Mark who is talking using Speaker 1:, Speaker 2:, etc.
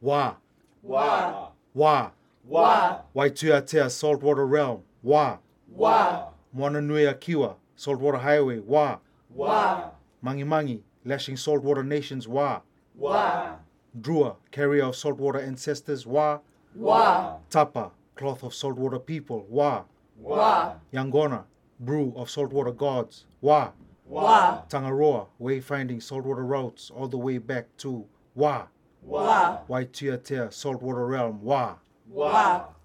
Speaker 1: Wa,
Speaker 2: Wah.
Speaker 1: Wa,
Speaker 2: Wah.
Speaker 1: Waituatea Saltwater Realm, Wa,
Speaker 2: Wah.
Speaker 1: Moananui Akiwa, Saltwater Highway, Wa,
Speaker 2: Wah.
Speaker 1: Mangimangi, Lashing Saltwater Nations, Wa,
Speaker 2: Wah.
Speaker 1: Drua, Carrier of Saltwater Ancestors, Wa,
Speaker 2: Wah.
Speaker 1: Tapa, Cloth of Saltwater People, Wa,
Speaker 2: Wah.
Speaker 1: Yangona, Brew of Saltwater Gods, Wa,
Speaker 2: Wah.
Speaker 1: Tangaroa, Wayfinding Saltwater Routes, all the way back to Wa,
Speaker 2: Wah.
Speaker 1: Waituatea Saltwater Realm, Wa.
Speaker 2: Wah.